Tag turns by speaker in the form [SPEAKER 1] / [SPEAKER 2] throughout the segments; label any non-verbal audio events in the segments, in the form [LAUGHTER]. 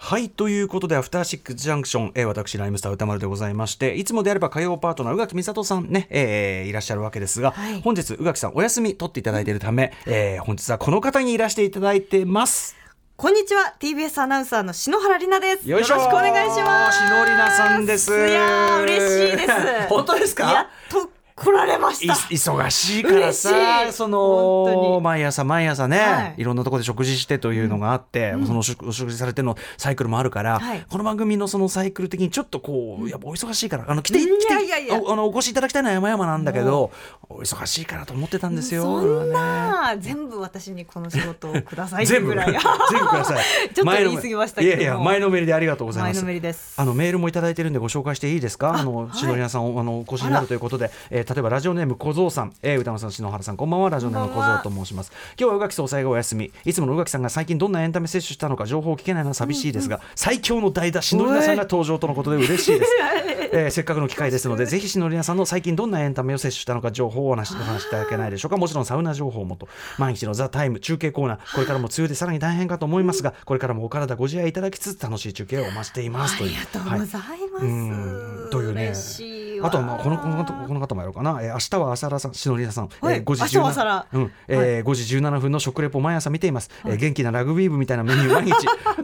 [SPEAKER 1] はいということでアフターシックスジャンクション、えー、私ライムスター歌丸でございましていつもであれば火曜パートナー宇垣美里さんね、えーいらっしゃるわけですが、
[SPEAKER 2] はい
[SPEAKER 1] 本日宇垣さんお休み取っていただいているため、えー本日はこの方にいらしていただいてます
[SPEAKER 2] こんにちは TBS アナウンサーの篠原里奈です
[SPEAKER 1] よいしょ
[SPEAKER 2] ろしくお願いします
[SPEAKER 1] 篠里奈さんです
[SPEAKER 2] いやー嬉しいです
[SPEAKER 1] [LAUGHS] 本当ですか
[SPEAKER 2] やっと来られま
[SPEAKER 1] い
[SPEAKER 2] した
[SPEAKER 1] 忙しいから
[SPEAKER 2] 嬉し
[SPEAKER 1] さ
[SPEAKER 2] い
[SPEAKER 1] そ
[SPEAKER 2] 本当
[SPEAKER 1] の
[SPEAKER 2] に
[SPEAKER 1] 毎朝毎朝ね、
[SPEAKER 2] はい
[SPEAKER 1] い、ろんなところで食事してというのがあって、そのお食お食事されてのサイクルもあるから、
[SPEAKER 2] はい
[SPEAKER 1] この番組のそのサイクル的にちょっとこうやっぱお忙しいからあの来て
[SPEAKER 2] い
[SPEAKER 1] 来て
[SPEAKER 2] やいやいや
[SPEAKER 1] おあのお越しいただきたいのは山々なんだけどお忙しいからと思ってたんですよ。
[SPEAKER 2] そん
[SPEAKER 1] ね
[SPEAKER 2] な、全部私にこの仕事をくださいって
[SPEAKER 1] 全
[SPEAKER 2] いう
[SPEAKER 1] 部
[SPEAKER 2] ぐらい
[SPEAKER 1] [LAUGHS] 全部ください。
[SPEAKER 2] [LAUGHS] ちょっと
[SPEAKER 1] 前の
[SPEAKER 2] 言い過ぎましたけども
[SPEAKER 1] いやいや前のめりでありがとうございます。
[SPEAKER 2] 前のめりです
[SPEAKER 1] あのメールもいただいてるんでご紹介していいですか。あの篠宮さんおあのお越しになるということで、えー例えばラジオネーム小僧さん、えー、歌丸さん篠原さんこんばんはラジオネーム小僧と申します。今日は宇垣総裁がお休み。いつもの宇垣さんが最近どんなエンタメ摂取したのか情報を聞けないのは寂しいですが、最強の代打篠宮さんが登場とのことで嬉しいです。えーせっかくの機会
[SPEAKER 2] [LAUGHS]
[SPEAKER 1] ですのでぜひ篠宮さんの最近どんなエンタメを摂取したのか情報をお話しお話しいただけないでしょうか。もちろんサウナ情報もと毎日のザタイム中継コーナーこれからも梅雨でさらに大変かと思いますがこれからもお体ご自愛いただきつつ楽しい中継をお待ちしています
[SPEAKER 2] あ
[SPEAKER 1] という。
[SPEAKER 2] りがとうございます、
[SPEAKER 1] うんというね
[SPEAKER 2] 嬉しいわ
[SPEAKER 1] あとはまあこのこのこの方もやろうかな、えー、明日は朝らさん、しのりなさん、
[SPEAKER 2] はい
[SPEAKER 1] えー、5時
[SPEAKER 2] 明日は朝ら
[SPEAKER 1] 17うんえー
[SPEAKER 2] は
[SPEAKER 1] 5時17分の食レポ毎朝見ています、えー元気なラグビー部みたいなメニュー毎日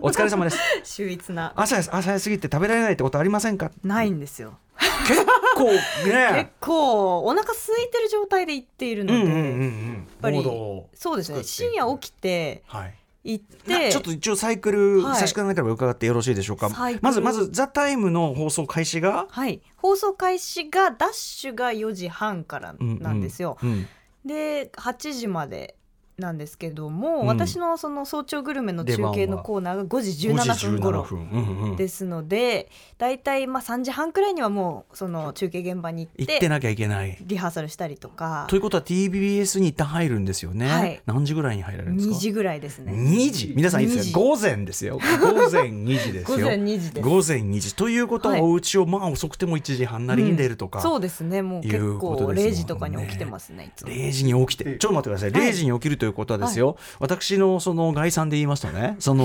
[SPEAKER 1] お疲れ様 [LAUGHS] です
[SPEAKER 2] 秀逸な
[SPEAKER 1] 朝や朝やすぎて食べられないってことありませんか
[SPEAKER 2] ないんですよ
[SPEAKER 1] [LAUGHS] 結構
[SPEAKER 2] 結
[SPEAKER 1] ね
[SPEAKER 2] 構お腹空いてる状態で行っているの
[SPEAKER 1] うん
[SPEAKER 2] で、
[SPEAKER 1] うんうんうん
[SPEAKER 2] ぱり
[SPEAKER 1] モードを
[SPEAKER 2] そうですね
[SPEAKER 1] 作ってい
[SPEAKER 2] 深
[SPEAKER 1] く
[SPEAKER 2] 夜起きて
[SPEAKER 1] はい
[SPEAKER 2] 行っ
[SPEAKER 1] な
[SPEAKER 2] て
[SPEAKER 1] ちょっと一応サイクル
[SPEAKER 2] はい
[SPEAKER 1] 差し掛かなければ伺ってよろしいでしょうか、
[SPEAKER 2] サイクル
[SPEAKER 1] まずまず「ザタイムの放送開始が
[SPEAKER 2] はい、放送開始がダッシュが4時半からなんですよ。、
[SPEAKER 1] ううん
[SPEAKER 2] で8時までなんですけども、
[SPEAKER 1] うん
[SPEAKER 2] 私のその早朝グルメの中継のコーナーが5時
[SPEAKER 1] 5時
[SPEAKER 2] 17分頃
[SPEAKER 1] 分、うんうん、
[SPEAKER 2] ですので大体まあ3時半くらいにはもうその中継現場に行っ
[SPEAKER 1] 行
[SPEAKER 2] て
[SPEAKER 1] ってなきゃいけない
[SPEAKER 2] リハーサルしたりとか
[SPEAKER 1] ということは TBS に一旦入るんですよね、
[SPEAKER 2] はい
[SPEAKER 1] 何時ぐらいに入られるんです
[SPEAKER 2] 2
[SPEAKER 1] か
[SPEAKER 2] 時ぐらいですね。
[SPEAKER 1] 2時皆さんいいです
[SPEAKER 2] 2時
[SPEAKER 1] よ午前ですよ午前2時ですよ
[SPEAKER 2] [LAUGHS] 午前2時です
[SPEAKER 1] 午前2時ということは
[SPEAKER 2] はい
[SPEAKER 1] お家をまあ遅くても1時半なりに出るとか、
[SPEAKER 2] そうですねもう結
[SPEAKER 1] いうこと
[SPEAKER 2] 構
[SPEAKER 1] ですもんね
[SPEAKER 2] 0時とかに起きてますねいつも。
[SPEAKER 1] 0時に起きてちょっと待ってください
[SPEAKER 2] は
[SPEAKER 1] 0
[SPEAKER 2] い
[SPEAKER 1] 時に起きるということはですよ、私のその概算で言いますとねその、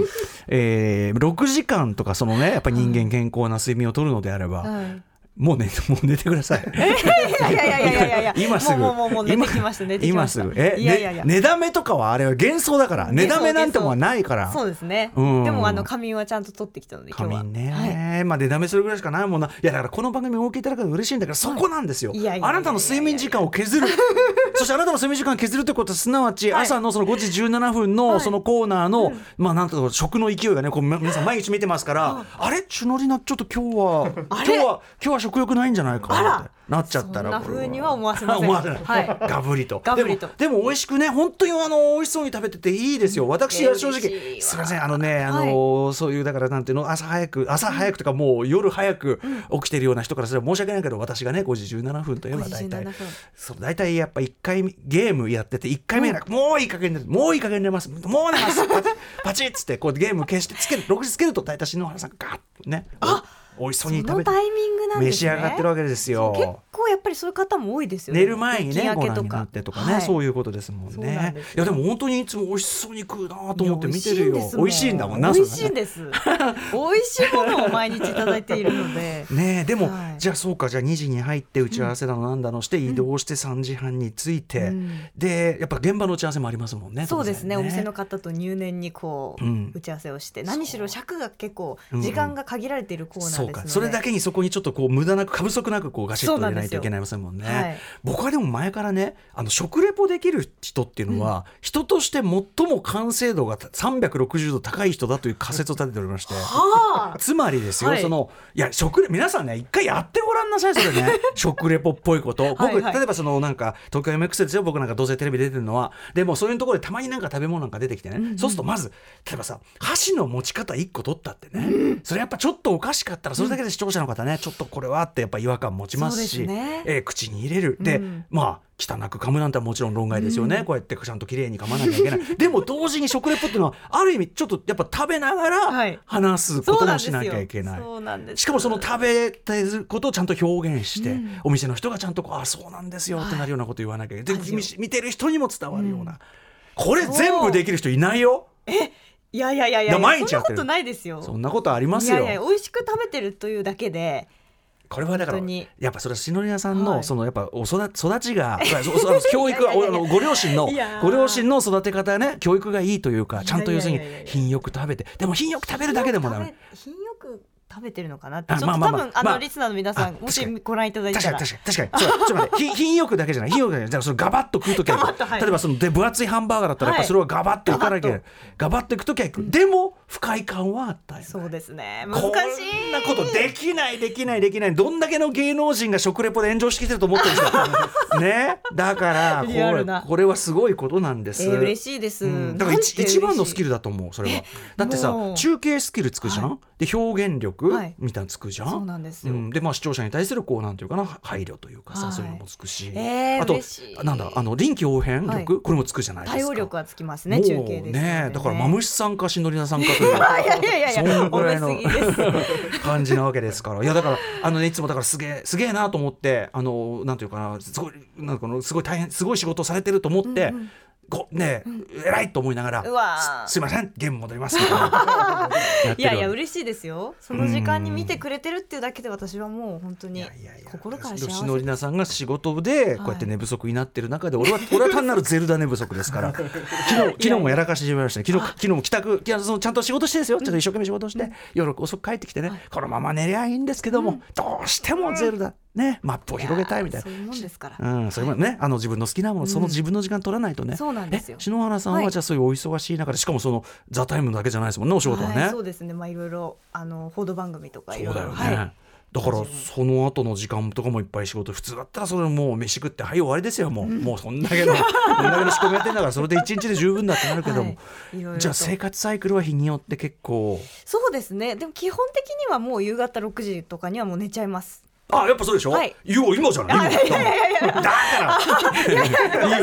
[SPEAKER 1] [LAUGHS] えー、6時間とかそのねやっぱり人間健康な睡眠をとるのであれば、
[SPEAKER 2] はい
[SPEAKER 1] もうねもう寝てください。
[SPEAKER 2] いやいやいやいやいやい
[SPEAKER 1] [LAUGHS]
[SPEAKER 2] や
[SPEAKER 1] 今すぐ
[SPEAKER 2] もうもうもう寝てきました寝てきました
[SPEAKER 1] 今すぐえ
[SPEAKER 2] いやいやいや
[SPEAKER 1] ね寝だめとかはあれは幻想だから寝だめなんてもんはないから
[SPEAKER 2] そうですね。で
[SPEAKER 1] うん
[SPEAKER 2] もあの仮眠はちゃんと取ってきたので今
[SPEAKER 1] 仮
[SPEAKER 2] 日は。
[SPEAKER 1] 眠ね、
[SPEAKER 2] はい
[SPEAKER 1] まあ出だめするぐらいしかないもんないやだからこの番組をお受けいただくの嬉しいんだからそこなんですよ、
[SPEAKER 2] いいやいやいやいや
[SPEAKER 1] あなたの睡眠時間を削る
[SPEAKER 2] [LAUGHS]
[SPEAKER 1] そしてあなたの睡眠時間を削るってことはすなわち
[SPEAKER 2] はい
[SPEAKER 1] 朝のその5時17分
[SPEAKER 2] は
[SPEAKER 1] の
[SPEAKER 2] い
[SPEAKER 1] そのコーナーの、まあなんとか食の勢いがねこうま皆さん毎日見てますから、あれチュノリナちょっと今日は今
[SPEAKER 2] あ
[SPEAKER 1] 日
[SPEAKER 2] れ
[SPEAKER 1] は今日は食欲ないんじゃないか
[SPEAKER 2] あ
[SPEAKER 1] な
[SPEAKER 2] ら
[SPEAKER 1] ってなっちゃったら
[SPEAKER 2] そんな
[SPEAKER 1] これは
[SPEAKER 2] 風には思わせませ
[SPEAKER 1] [LAUGHS]
[SPEAKER 2] ん
[SPEAKER 1] 思わせない、
[SPEAKER 2] はい
[SPEAKER 1] ガブリと
[SPEAKER 2] ガブリと
[SPEAKER 1] でもでも美味しくね本当にあの美味しそうに食べてていいですよ私は正
[SPEAKER 2] 嬉しい
[SPEAKER 1] 直
[SPEAKER 2] わ
[SPEAKER 1] すいませんあのねあの、
[SPEAKER 2] はい
[SPEAKER 1] そういうだからなんていうの朝早く朝早くとかもう夜早く起きてるような人からすれば申し訳ないけど私がね5時17分といえば大
[SPEAKER 2] 5時17
[SPEAKER 1] 体
[SPEAKER 2] 分
[SPEAKER 1] そう大体やっぱ1回目ゲームやってて1回目がもういい加減寝るもういい加減寝ますもう寝ますパチッパチッつってこうゲーム消してつける6時つけると大体篠原さんがガッとね美味しそうに
[SPEAKER 2] そ
[SPEAKER 1] 食
[SPEAKER 2] の
[SPEAKER 1] べて
[SPEAKER 2] タイミングなんで
[SPEAKER 1] 召
[SPEAKER 2] す
[SPEAKER 1] し
[SPEAKER 2] ね。
[SPEAKER 1] 上がってるわけですよ。
[SPEAKER 2] 結構やっぱりそういう方も多いですよね。
[SPEAKER 1] 寝る前にね
[SPEAKER 2] 夜
[SPEAKER 1] ご
[SPEAKER 2] 勤
[SPEAKER 1] 覧に
[SPEAKER 2] 明けとか
[SPEAKER 1] なってとかね、
[SPEAKER 2] はい
[SPEAKER 1] そういうことですもん
[SPEAKER 2] そうなん
[SPEAKER 1] ね
[SPEAKER 2] です
[SPEAKER 1] いやでも本当にいつも美味しそうに食うなと思って見てるよ
[SPEAKER 2] いや
[SPEAKER 1] 美味しいんだもんな
[SPEAKER 2] 美味
[SPEAKER 1] そ
[SPEAKER 2] し
[SPEAKER 1] れ
[SPEAKER 2] いん
[SPEAKER 1] ね
[SPEAKER 2] です。美味しいものを毎日いただいているの
[SPEAKER 1] [LAUGHS]
[SPEAKER 2] で。
[SPEAKER 1] ねえでも、
[SPEAKER 2] はい
[SPEAKER 1] じゃあそうかじゃあ2時に入って打ち合わせだのなんだのして移動して3時半に着いて、
[SPEAKER 2] うん
[SPEAKER 1] でやっぱ現場の打ち合わせもありますもんね
[SPEAKER 2] そうですね
[SPEAKER 1] 当
[SPEAKER 2] お
[SPEAKER 1] 然
[SPEAKER 2] 店の方と入念にこう、
[SPEAKER 1] うん
[SPEAKER 2] 打ち合わせをして何しろ尺が結構
[SPEAKER 1] うんうん
[SPEAKER 2] 時間が限られているコーナーです
[SPEAKER 1] そ
[SPEAKER 2] の
[SPEAKER 1] う
[SPEAKER 2] で、
[SPEAKER 1] かそれだけにそこにちょっとこう無駄なく過不足なくこうガシッと入れないといけないませんもんね、
[SPEAKER 2] そうなんですよはい
[SPEAKER 1] 僕はでも前からねあの食レポできる人っていうのは、人として最も完成度が360度高い人だという仮説を立てておりまして
[SPEAKER 2] はあ
[SPEAKER 1] [LAUGHS] つまりですよ、
[SPEAKER 2] はい
[SPEAKER 1] そのいや食レ皆さんね一回やってごらんなさいそれ
[SPEAKER 2] [LAUGHS]
[SPEAKER 1] ね食レポっぽいこと僕
[SPEAKER 2] はいはい
[SPEAKER 1] 例えばそのなんか東京 MX ですよ僕なんかどうせテレビ出てるのはでもそういうところでたまになんか食べ物なんか出てきてね、そうするとまず例えばさ箸の持ち方一個取ったってね、それやっぱちょっとおかしかったらそれだけで視聴者の方ね、ちょっとこれはってやっぱ違和感持ちます
[SPEAKER 2] そう
[SPEAKER 1] し
[SPEAKER 2] ですね
[SPEAKER 1] えー口に入れるで、
[SPEAKER 2] うん
[SPEAKER 1] まあ汚く噛むなんてはもちろん論外ですよね、こうやってちゃんと綺麗に噛まなきゃいけない
[SPEAKER 2] [LAUGHS]
[SPEAKER 1] でも同時に食レポっていうのはある意味ちょっとやっぱ食べなが
[SPEAKER 2] は
[SPEAKER 1] ら
[SPEAKER 2] い
[SPEAKER 1] 話すこ
[SPEAKER 2] そ
[SPEAKER 1] と
[SPEAKER 2] うな
[SPEAKER 1] も
[SPEAKER 2] んです
[SPEAKER 1] し
[SPEAKER 2] よ
[SPEAKER 1] なきゃいけない。
[SPEAKER 2] そうなんです
[SPEAKER 1] しかもその食べてることをちゃんと表現して、お店の人がちゃんとこうあそうなんですよってなるようなこと言わなきゃいけない、で
[SPEAKER 2] 味を
[SPEAKER 1] 見見てる人にも伝わるような、これ全部できる人いないよ
[SPEAKER 2] いやいやいやいや
[SPEAKER 1] いや毎日
[SPEAKER 2] そ
[SPEAKER 1] や
[SPEAKER 2] ん
[SPEAKER 1] って
[SPEAKER 2] なこ
[SPEAKER 1] る
[SPEAKER 2] とないですよ
[SPEAKER 1] そんなことありますよ
[SPEAKER 2] いやいや美味しく食べてるというだけで
[SPEAKER 1] これはだから
[SPEAKER 2] 本当に
[SPEAKER 1] やっぱそれは篠宮さんの、
[SPEAKER 2] はい
[SPEAKER 1] そのやっぱお育ち育ちがそう [LAUGHS] そうあの教育はい
[SPEAKER 2] やい
[SPEAKER 1] お
[SPEAKER 2] や
[SPEAKER 1] あ
[SPEAKER 2] い
[SPEAKER 1] の
[SPEAKER 2] や
[SPEAKER 1] ご両親の
[SPEAKER 2] いやー
[SPEAKER 1] ご両親の育て方ね教育がいいというかちゃんと要するに
[SPEAKER 2] いやいやいやいや
[SPEAKER 1] 品よく食べてでも品よく食べるだけでもダメ
[SPEAKER 2] 品よく食べてるのかなって
[SPEAKER 1] あ
[SPEAKER 2] ちょっと
[SPEAKER 1] まあまあ
[SPEAKER 2] 多
[SPEAKER 1] まあ
[SPEAKER 2] 分あ
[SPEAKER 1] まあ
[SPEAKER 2] のリスナーの皆さん
[SPEAKER 1] あ
[SPEAKER 2] もし
[SPEAKER 1] 確かに
[SPEAKER 2] ご覧いただい
[SPEAKER 1] 確
[SPEAKER 2] た
[SPEAKER 1] かに
[SPEAKER 2] ら
[SPEAKER 1] 確かに確かにそうちょっと待ってひ品よくだけじゃない品よくだけじゃないだからそれガバッと食うときは
[SPEAKER 2] ガバッとはい
[SPEAKER 1] 例えばそので分厚いハンバーガーだったらやっぱ
[SPEAKER 2] はい
[SPEAKER 1] それはガバッといかなきゃいけないガバッといくときはいくでも不快感はあったよね
[SPEAKER 2] そうですね難し
[SPEAKER 1] こ
[SPEAKER 2] い
[SPEAKER 1] んなことできないできないできないどんだけの芸能人が食レポで炎上してきてると思ってるんですか
[SPEAKER 2] [LAUGHS]
[SPEAKER 1] ねだからこ
[SPEAKER 2] リアル
[SPEAKER 1] れ
[SPEAKER 2] な
[SPEAKER 1] これはすごいことなんです、
[SPEAKER 2] えー嬉しいです、
[SPEAKER 1] うんだから一一番のスキ
[SPEAKER 2] ル
[SPEAKER 1] ルだと思うそれはだって
[SPEAKER 2] も
[SPEAKER 1] さ
[SPEAKER 2] う
[SPEAKER 1] 中継スキルつくじゃん、で表現力
[SPEAKER 2] はい
[SPEAKER 1] みたいなのつくじゃん、
[SPEAKER 2] そうなんですよ
[SPEAKER 1] うんでまあ視聴者に対するこうなんていうかな配慮というかさ、
[SPEAKER 2] はい
[SPEAKER 1] そういうのもつくし、
[SPEAKER 2] えー
[SPEAKER 1] あと
[SPEAKER 2] 嬉しい
[SPEAKER 1] なんだあの臨機応変力、
[SPEAKER 2] はい
[SPEAKER 1] これもつくじゃないですか
[SPEAKER 2] 対応力はつきますね中
[SPEAKER 1] もう
[SPEAKER 2] 継です
[SPEAKER 1] ねだからマムシさんかしのりなさんかという
[SPEAKER 2] [LAUGHS] いやいやいやいや
[SPEAKER 1] そんぐらいの
[SPEAKER 2] 褒めすぎで
[SPEAKER 1] [LAUGHS]
[SPEAKER 2] す
[SPEAKER 1] 感じなわけですからいやだからあのねいつもだからすげえすげえなと思ってあのなんていうかなすごいなんかこのすごい大変すごい仕事をされてると思って。こねえ、偉いと思いなが
[SPEAKER 2] うわ
[SPEAKER 1] ら
[SPEAKER 2] ー
[SPEAKER 1] すすいませんゲーム戻りますみ
[SPEAKER 2] [LAUGHS]
[SPEAKER 1] たいなやってるわ
[SPEAKER 2] いや
[SPEAKER 1] け
[SPEAKER 2] いや嬉しいですよその時間に見てくれてるっていうだけで私はもう本当
[SPEAKER 1] い
[SPEAKER 2] に
[SPEAKER 1] やいやいや
[SPEAKER 2] 心から
[SPEAKER 1] でも篠
[SPEAKER 2] 幸せ
[SPEAKER 1] 里奈さんが仕事でこうやって寝不足になってる中で、俺は [LAUGHS] 俺は単なるゼルダ寝不足です
[SPEAKER 2] [LAUGHS]
[SPEAKER 1] から昨日昨日もやらかしてしまいましたね昨日昨日も帰宅いやそのちゃんと仕事してですよちょっと一生懸命仕事して、夜遅く帰ってきてね、このまま寝りゃいいんですけども、どうしてもゼルダねマップを広げたいみたい
[SPEAKER 2] そう
[SPEAKER 1] な。
[SPEAKER 2] いうもんですから
[SPEAKER 1] うん、それもね、あの自分の好きなもの、その自分の時間取らないとね。
[SPEAKER 2] そうなんですよ
[SPEAKER 1] え篠原さんは、
[SPEAKER 2] はい
[SPEAKER 1] じゃあ、そういうお忙しい中で、しかも、そのザタイムだけじゃないですもんね、お仕事はね。
[SPEAKER 2] はい、そうですねまあいろいろあの報道番組とかい
[SPEAKER 1] そ
[SPEAKER 2] ろ
[SPEAKER 1] う
[SPEAKER 2] い
[SPEAKER 1] だ
[SPEAKER 2] ろ
[SPEAKER 1] よね、
[SPEAKER 2] はい
[SPEAKER 1] だからその後の時間とかもいっぱい仕事普通だったらそれもう飯食ってはい終わりですよもう,、もうそんだ [LAUGHS] けのそんだけの仕込みやってんだからそれで一日で十分だってなるけども、
[SPEAKER 2] はいいろいろと
[SPEAKER 1] じゃあ生活サイクルは日によって結構
[SPEAKER 2] そうですねでも基本的にはもう夕方6時とかにはもう寝ちゃいます
[SPEAKER 1] あやっぱそうでしょ、
[SPEAKER 2] はい
[SPEAKER 1] いや今じゃない今だか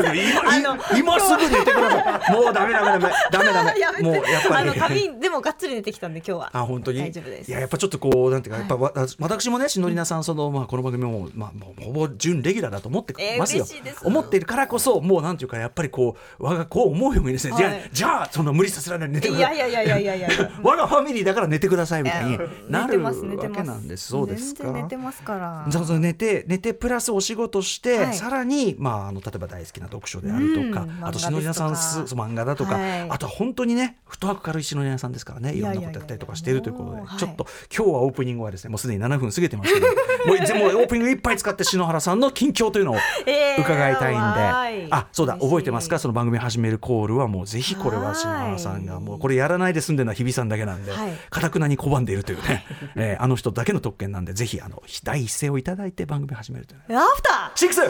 [SPEAKER 1] らいいよ今今今すぐ寝てくださいもうダメダメダメダメダ
[SPEAKER 2] [LAUGHS] や
[SPEAKER 1] メ
[SPEAKER 2] めて
[SPEAKER 1] もうやっぱ
[SPEAKER 2] あ
[SPEAKER 1] り
[SPEAKER 2] の髪でもがっつり寝てきたんで今日は
[SPEAKER 1] あ本当に
[SPEAKER 2] 大丈夫です
[SPEAKER 1] いややっぱちょっとこうなんていうかやっぱわ、私もねしのりなさんそのまあこの番組もまあもうほぼ準レギュラーだと思って
[SPEAKER 2] えー
[SPEAKER 1] ますよ、
[SPEAKER 2] 嬉しいです
[SPEAKER 1] 思っているからこそもうなんていうかやっぱりこう我が子を思うようにですね、
[SPEAKER 2] はい
[SPEAKER 1] じゃあじゃあその無理させられない寝てく
[SPEAKER 2] い
[SPEAKER 1] だ
[SPEAKER 2] や
[SPEAKER 1] さ
[SPEAKER 2] い
[SPEAKER 1] い
[SPEAKER 2] やいやいやいやいや
[SPEAKER 1] 我がファミリーだから寝てくださいみたいにな
[SPEAKER 2] 寝
[SPEAKER 1] る
[SPEAKER 2] て
[SPEAKER 1] わ
[SPEAKER 2] ます寝てま
[SPEAKER 1] け
[SPEAKER 2] す
[SPEAKER 1] なんですそうですか
[SPEAKER 2] 全然寝てますから
[SPEAKER 1] そうそう寝て寝てプラスお仕事して、
[SPEAKER 2] はい
[SPEAKER 1] さらに、まあ、あの例えば大好きな読書であるとか、
[SPEAKER 2] うん
[SPEAKER 1] あと
[SPEAKER 2] 漫画ですとか
[SPEAKER 1] 篠宮さんす漫画だとか、
[SPEAKER 2] はい
[SPEAKER 1] あとは本当にね太く軽い篠宮さんですからねいろんなこと
[SPEAKER 2] いやいやいやい
[SPEAKER 1] や
[SPEAKER 2] や
[SPEAKER 1] ったりとかしているということで
[SPEAKER 2] もうはい
[SPEAKER 1] ちょっと今日はオープニングはですねもうすでに7分過ぎてますけどもういつもオープニングいっぱい使って篠原さんの近況というのを
[SPEAKER 2] えー
[SPEAKER 1] 伺いたいんで、
[SPEAKER 2] わーい
[SPEAKER 1] あそうだ
[SPEAKER 2] 嬉しい
[SPEAKER 1] 覚えてますかその番組始めるコールはもうぜひこれは篠原さんが
[SPEAKER 2] はい
[SPEAKER 1] もうこれやらないで済んでるのは日比さんだけなんで
[SPEAKER 2] はい
[SPEAKER 1] かたくなに拒んでいるというね、
[SPEAKER 2] [LAUGHS]
[SPEAKER 1] えーあの人だけの特権なんでぜひあの第一声をいただいて番組始めるというね
[SPEAKER 2] アフタ
[SPEAKER 1] シックスジ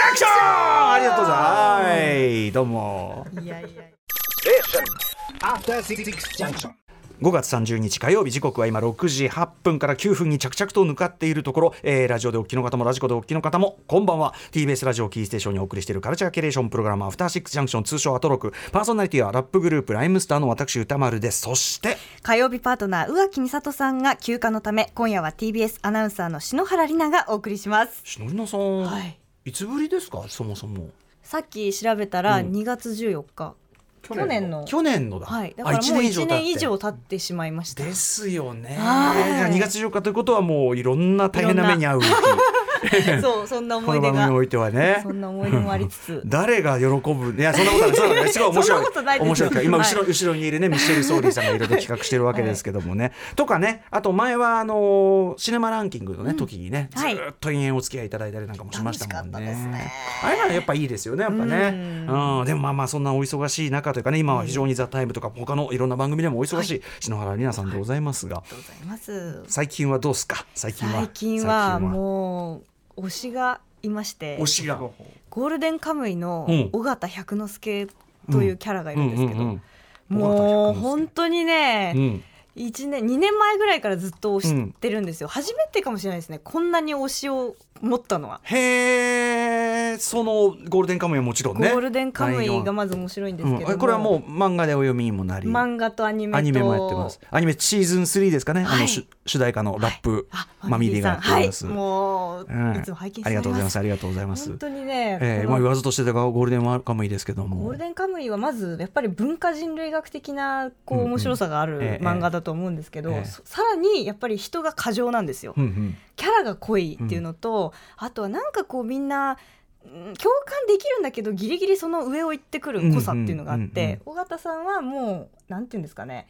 [SPEAKER 1] ャクションありがとうございますはいどうも [LAUGHS]
[SPEAKER 2] ーいやいや
[SPEAKER 3] After Six Junction.
[SPEAKER 1] 5月30日火曜日時刻は今6時8分から9分に着々と向かっているところ、えーラジオでお聞きの方もラジコでお聞きの方もこんばんは TBS ラジオキーステーションにお送りしているカルチャーキュレーションプログラム「アフターシックスジャンクション」通称アトロクパーソナリティはラップグループライムスターの私歌丸ですそして
[SPEAKER 2] 火曜日パートナー宇垣美里さんが休暇のため今夜は TBS アナウンサーの篠原里奈がお送りします
[SPEAKER 1] しのりなさん、
[SPEAKER 2] はい
[SPEAKER 1] いつぶりですかそもそも
[SPEAKER 2] さっき調べたら
[SPEAKER 1] うん
[SPEAKER 2] 2月14日、去年の
[SPEAKER 1] 去年のだ、
[SPEAKER 2] はいだ
[SPEAKER 1] あ
[SPEAKER 2] からもう
[SPEAKER 1] 一年以上経っ
[SPEAKER 2] 1
[SPEAKER 1] て
[SPEAKER 2] 年以上経ってしまいました
[SPEAKER 1] ですよね。
[SPEAKER 2] はい
[SPEAKER 1] じゃあ2月14日ということはもういろんな大変な目に遭う日
[SPEAKER 2] そうそんな
[SPEAKER 1] こ
[SPEAKER 2] 思い
[SPEAKER 1] の
[SPEAKER 2] 出
[SPEAKER 1] 番組に
[SPEAKER 2] が
[SPEAKER 1] おいてはね
[SPEAKER 2] そ。んな思い出もありつつ
[SPEAKER 1] 誰が喜ぶいやそんなことないそんなことないすごい面白い
[SPEAKER 2] そんなことないですよ
[SPEAKER 1] 面白いから今
[SPEAKER 2] はい
[SPEAKER 1] 後ろ,、後ろにいるねミシェル・ソーリーさんがいろいろ企画してるわけですけどもね、とかねあと前はあのーシネマランキングのね、時にねず
[SPEAKER 2] はい
[SPEAKER 1] ーっと延々お付き合いいただいたりなんかもしましたもんね
[SPEAKER 2] 楽しかったですね
[SPEAKER 1] あれならやっぱいいですよねやっぱねうん、でもまあまあそんなお忙しい中というかね今は非常に「ザタイムとか他のいろんな番組でもお忙しい、篠原里奈さんでございますが、
[SPEAKER 2] ありがとうございます
[SPEAKER 1] 最近はどうすか最近は
[SPEAKER 2] 最近は
[SPEAKER 1] 最近
[SPEAKER 2] もう推しがいまして
[SPEAKER 1] 推しが
[SPEAKER 2] ゴールデンカムイの
[SPEAKER 1] うん
[SPEAKER 2] 尾形百之助というキャラがいるんですけど、
[SPEAKER 1] うんうんうん
[SPEAKER 2] も
[SPEAKER 1] 尾形百之
[SPEAKER 2] う
[SPEAKER 1] 助
[SPEAKER 2] 本当にね、
[SPEAKER 1] うん
[SPEAKER 2] 一年2年前ぐらいからずっと推してるんですよ、初めてかもしれないですねこんなに推しを持ったのは
[SPEAKER 1] へねそのゴールデンカムイはもちろん
[SPEAKER 2] ゴ
[SPEAKER 1] ね
[SPEAKER 2] ールデンカムイが
[SPEAKER 1] 内
[SPEAKER 2] まず面白いんです
[SPEAKER 1] 容
[SPEAKER 2] け
[SPEAKER 1] は
[SPEAKER 2] ど
[SPEAKER 1] うん、これはもう漫画でお読みにもなり
[SPEAKER 2] 漫画とアニメと
[SPEAKER 1] アニメもやってますアニメシーズン3ですかね、あ
[SPEAKER 2] は
[SPEAKER 1] の
[SPEAKER 2] い
[SPEAKER 1] 主主題歌のラップ、
[SPEAKER 2] あ
[SPEAKER 1] マミリーがやっております、
[SPEAKER 2] はい、もう、
[SPEAKER 1] うん
[SPEAKER 2] いつも拝見して
[SPEAKER 1] ありがとうございますありがとうございます
[SPEAKER 2] 本当にね、
[SPEAKER 1] えー
[SPEAKER 2] こ
[SPEAKER 1] まあ、
[SPEAKER 2] の
[SPEAKER 1] 言わずとしてたがゴールデンはカムイですけども
[SPEAKER 2] ゴールデンカムイはまずやっぱり文化人類学的なこう
[SPEAKER 1] うんうん
[SPEAKER 2] 面白さがあ
[SPEAKER 1] え
[SPEAKER 2] る
[SPEAKER 1] え
[SPEAKER 2] 漫画だと思うんですけど、
[SPEAKER 1] ええ
[SPEAKER 2] そさらにやっぱり人が過剰なんですよ、
[SPEAKER 1] うんうん
[SPEAKER 2] キャラが濃いっていうのと、あとはなんかこうみんなうん共感できるんだけどギリギリその上を行ってくる濃さっていうのがあって、
[SPEAKER 1] うんうんうんうん
[SPEAKER 2] 尾形さんはもうなんていうんですかね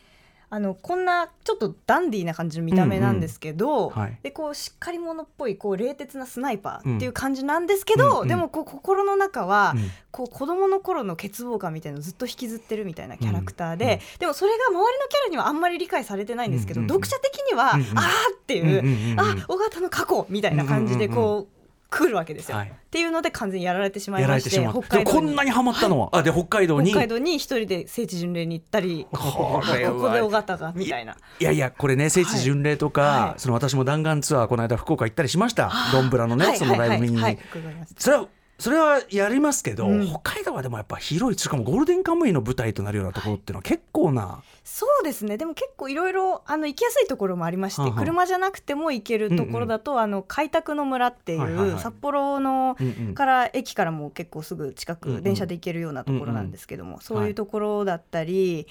[SPEAKER 2] あのこんなちょっとダンディーな感じの見た目なんですけど、
[SPEAKER 1] うんうんはい
[SPEAKER 2] でこうしっかり者っぽいこう冷徹なスナイパーってい
[SPEAKER 1] う
[SPEAKER 2] う
[SPEAKER 1] ん
[SPEAKER 2] 感じなんですけど、
[SPEAKER 1] うんうん
[SPEAKER 2] でもこう心の中は、
[SPEAKER 1] うん
[SPEAKER 2] こう子供の頃の欠乏感みたいなのをずっと引きずってるみたいなキャラクターで、
[SPEAKER 1] うんうん
[SPEAKER 2] でもそれが周りのキャラにはあんまり理解されてないんですけど、
[SPEAKER 1] うんうんうん
[SPEAKER 2] 読者的には、
[SPEAKER 1] うんうん
[SPEAKER 2] あーっていう、
[SPEAKER 1] うんうんうんうん
[SPEAKER 2] あ尾形の過去みたいな感じで
[SPEAKER 1] うん
[SPEAKER 2] こう来るわけですよ。
[SPEAKER 1] はい
[SPEAKER 2] っていうので完全にやられてしまい
[SPEAKER 1] やら
[SPEAKER 2] ま
[SPEAKER 1] れ
[SPEAKER 2] してて
[SPEAKER 1] しまう
[SPEAKER 2] 北
[SPEAKER 1] でも
[SPEAKER 2] 海道
[SPEAKER 1] こん
[SPEAKER 2] に
[SPEAKER 1] なにハマったのは、あで北海道に
[SPEAKER 2] 北海道に一人で聖地巡礼に行ったり
[SPEAKER 1] これは
[SPEAKER 2] あここで尾形がみたいな。
[SPEAKER 1] いやいやこれね聖地巡礼とか、
[SPEAKER 2] はい
[SPEAKER 1] その私も弾丸ツアーこの間福岡行ったりしましたドンブラのね、
[SPEAKER 2] はい
[SPEAKER 1] そのライブ見に、
[SPEAKER 2] はいはいはい伺いました
[SPEAKER 1] それはそれはやりますけど、
[SPEAKER 2] うん
[SPEAKER 1] 北海道はでもやっぱ広いしかもゴールデンカムイの舞台となるようなところっていうのは結構な、
[SPEAKER 2] そうですねでも結構いろいろあの行きやすいところもありまして
[SPEAKER 1] はあはあ
[SPEAKER 2] 車じゃなくても行けるところだと、あの開拓の村っていう、
[SPEAKER 1] はいはいはい
[SPEAKER 2] 札幌の
[SPEAKER 1] うんうん
[SPEAKER 2] から駅からも結構すぐ近
[SPEAKER 1] うんう
[SPEAKER 2] く
[SPEAKER 1] ん
[SPEAKER 2] 電車で行けるようなところなんですけども、そういうところだったり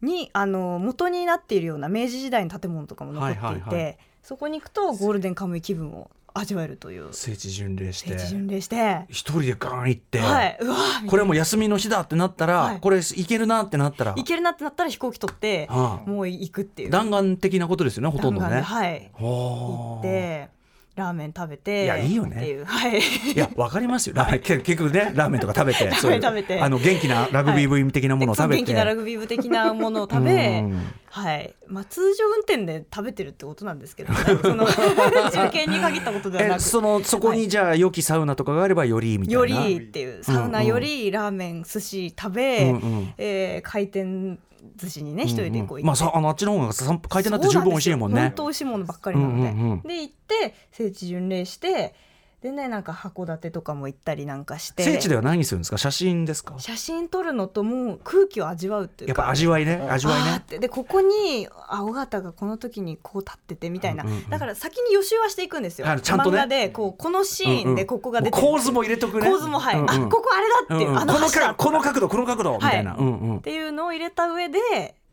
[SPEAKER 2] に、あの元になっているような明治時代の建物とかも残っていて、
[SPEAKER 1] はいはいは
[SPEAKER 2] そこに行くとゴールデンカムイ気分を味わえるという
[SPEAKER 1] 聖地巡礼して
[SPEAKER 2] 聖地巡礼して、
[SPEAKER 1] 一人でガーン行って、
[SPEAKER 2] はい、うわー
[SPEAKER 1] これはもう休みの日だってなったら、
[SPEAKER 2] はい
[SPEAKER 1] これ行けるなってなったら
[SPEAKER 2] 行けるなってなったら飛行機取って
[SPEAKER 1] はあ
[SPEAKER 2] もう行くっていう
[SPEAKER 1] 弾丸的なことですよねほとんど
[SPEAKER 2] 弾
[SPEAKER 1] ね。
[SPEAKER 2] 丸ではい、行
[SPEAKER 1] ほ
[SPEAKER 2] っ
[SPEAKER 1] ー
[SPEAKER 2] てラーメン食べて
[SPEAKER 1] いやいいよね
[SPEAKER 2] ってい
[SPEAKER 1] [LAUGHS]
[SPEAKER 2] うはい
[SPEAKER 1] いや、わかりますよ。ラーメン、け結局ね、ラーメンとか食べて、
[SPEAKER 2] メン
[SPEAKER 1] そういう
[SPEAKER 2] 食べて
[SPEAKER 1] あの、元気なラグビー部員的なものを
[SPEAKER 2] [LAUGHS]
[SPEAKER 1] 食べ
[SPEAKER 2] 元気
[SPEAKER 1] て。
[SPEAKER 2] なラグビー部的なものを食べ
[SPEAKER 1] うん
[SPEAKER 2] はい、まあ、通常運転で食べてるってことなんですけど、ね、
[SPEAKER 1] [LAUGHS]
[SPEAKER 2] その中継に限ったことではな
[SPEAKER 1] え、
[SPEAKER 2] く
[SPEAKER 1] その、そこにじゃあ、良きサウナとかがあれば、より、みたいな。
[SPEAKER 2] よりっていうサウナよりラーメン寿司食べ、
[SPEAKER 1] うんうん
[SPEAKER 2] えー回転寿司にね一人でこう行って、
[SPEAKER 1] まあ、さあの、あっちの方がさ回転だって十分美味しいもんね
[SPEAKER 2] 本。当美味しいものばっかりなので、
[SPEAKER 1] うんうんうん
[SPEAKER 2] で行って聖地巡礼してでねなんか函館とかも行ったりなんかして
[SPEAKER 1] 聖地では何するんですか写真ですか
[SPEAKER 2] 写真撮るのともう空気を味わうってい
[SPEAKER 1] や
[SPEAKER 2] う
[SPEAKER 1] っぱ
[SPEAKER 2] か
[SPEAKER 1] 味わいね。味わい
[SPEAKER 2] あーっ
[SPEAKER 1] ね。
[SPEAKER 2] てでここに青方がこの時にこう立っててみたいな、
[SPEAKER 1] うんうんうん
[SPEAKER 2] だから先に予習はしていくんですよ、
[SPEAKER 1] あちゃんと
[SPEAKER 2] 漫
[SPEAKER 1] ね
[SPEAKER 2] 画でこうこのシーンでここが出て
[SPEAKER 1] う
[SPEAKER 2] る
[SPEAKER 1] んうんもう構図も入れとくね。
[SPEAKER 2] 構図もはい、
[SPEAKER 1] うんうん
[SPEAKER 2] あここあれだっていう、
[SPEAKER 1] うんうん
[SPEAKER 2] あ
[SPEAKER 1] こ
[SPEAKER 2] の
[SPEAKER 1] の
[SPEAKER 2] 橋だ
[SPEAKER 1] 角
[SPEAKER 2] っ
[SPEAKER 1] この角度、この角度、みたいな。
[SPEAKER 2] は
[SPEAKER 1] うんうん
[SPEAKER 2] ていうのを入れた上で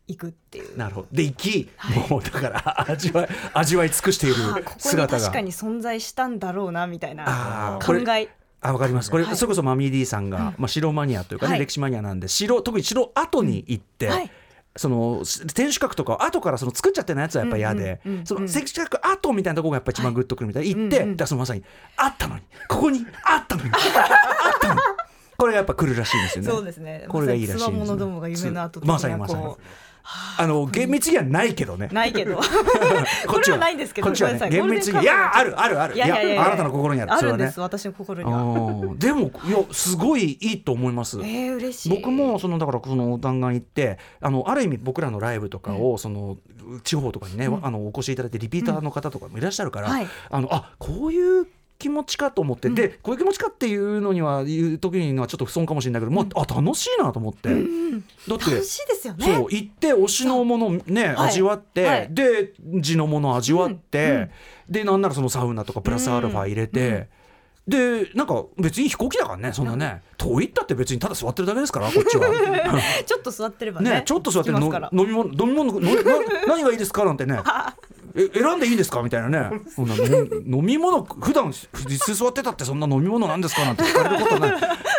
[SPEAKER 2] 行くっていう
[SPEAKER 1] なるほど。で、行き、もう、だから、味わい、味わい尽くしている
[SPEAKER 2] あーここに
[SPEAKER 1] 姿が
[SPEAKER 2] 確。かに存在したんだろうなみたい
[SPEAKER 1] あ
[SPEAKER 2] な
[SPEAKER 1] ー
[SPEAKER 2] 考
[SPEAKER 1] これ
[SPEAKER 2] え
[SPEAKER 1] あわかりますこれ、
[SPEAKER 2] はい
[SPEAKER 1] それこそマミー D さんが、まあ、城マニアというかね、
[SPEAKER 2] はい
[SPEAKER 1] 歴史マニアなんで城特に城後に行って、
[SPEAKER 2] はい
[SPEAKER 1] そのし天守閣とかを後からその作っちゃってないやつはやっぱ嫌で、
[SPEAKER 2] うんうんうんうん
[SPEAKER 1] その天守閣後みたいなところがやっぱ一番グッとくるみたいな、行って、
[SPEAKER 2] うんう
[SPEAKER 1] だ
[SPEAKER 2] ん
[SPEAKER 1] からそのまさにあったのにここにあった
[SPEAKER 2] [LAUGHS]
[SPEAKER 1] のにあったのにこれがやっぱ来るらしいんですよね。
[SPEAKER 2] そうですね
[SPEAKER 1] これがいいらしい
[SPEAKER 2] まさにつわものどもが夢の後的な
[SPEAKER 1] まさにまさに
[SPEAKER 2] こう
[SPEAKER 1] あの厳密にはないけどね。
[SPEAKER 2] な
[SPEAKER 1] [LAUGHS]
[SPEAKER 2] いけど
[SPEAKER 1] こっち
[SPEAKER 2] これ
[SPEAKER 1] は
[SPEAKER 2] はないんですけど
[SPEAKER 1] こっちは
[SPEAKER 2] ご
[SPEAKER 1] ね
[SPEAKER 2] めんなさい
[SPEAKER 1] 厳密
[SPEAKER 2] ゴー
[SPEAKER 1] にい
[SPEAKER 2] ルデンカムイ
[SPEAKER 1] やあるあるある
[SPEAKER 2] いやいやいやいや
[SPEAKER 1] あなたの心にある
[SPEAKER 2] あ
[SPEAKER 1] それ
[SPEAKER 2] る
[SPEAKER 1] は
[SPEAKER 2] ん
[SPEAKER 1] ね
[SPEAKER 2] です、私の心には
[SPEAKER 1] うんでもいやすごいいいと思います。
[SPEAKER 2] えー、嬉しい
[SPEAKER 1] 僕もそのだからこの弾丸行ってあのある意味僕らのライブとかをその地方とかにね、あのお越しいただいてリピーターの方とかもいらっしゃるから、
[SPEAKER 2] うんはい
[SPEAKER 1] あのあこういう気持ちかと思って、でこういう気持ちかっていうのには言う時にはちょっと不損かもしれないけど、もうあ楽しいなと思って、だって
[SPEAKER 2] 楽しいですよね
[SPEAKER 1] そう行って推しのものね、
[SPEAKER 2] はい
[SPEAKER 1] 味わって、
[SPEAKER 2] はい
[SPEAKER 1] で地のもの味わって、でなんならそのサウナとかプラスアルファ入れて、でなんか別に飛行機だからねそんなね遠いったって別にただ座ってるだけですからこっち
[SPEAKER 2] [LAUGHS]
[SPEAKER 1] は
[SPEAKER 2] ちょっと座ってればね
[SPEAKER 1] ねちょっと座って
[SPEAKER 2] 着き
[SPEAKER 1] の
[SPEAKER 2] ますから
[SPEAKER 1] 飲み物飲み物飲みな何がいいですかなんて
[SPEAKER 2] [LAUGHS]
[SPEAKER 1] ねえ選んでいいんですかみたいなねそんな飲飲み物普段実座ってたってそんな飲み物なんですかなんて聞かれることない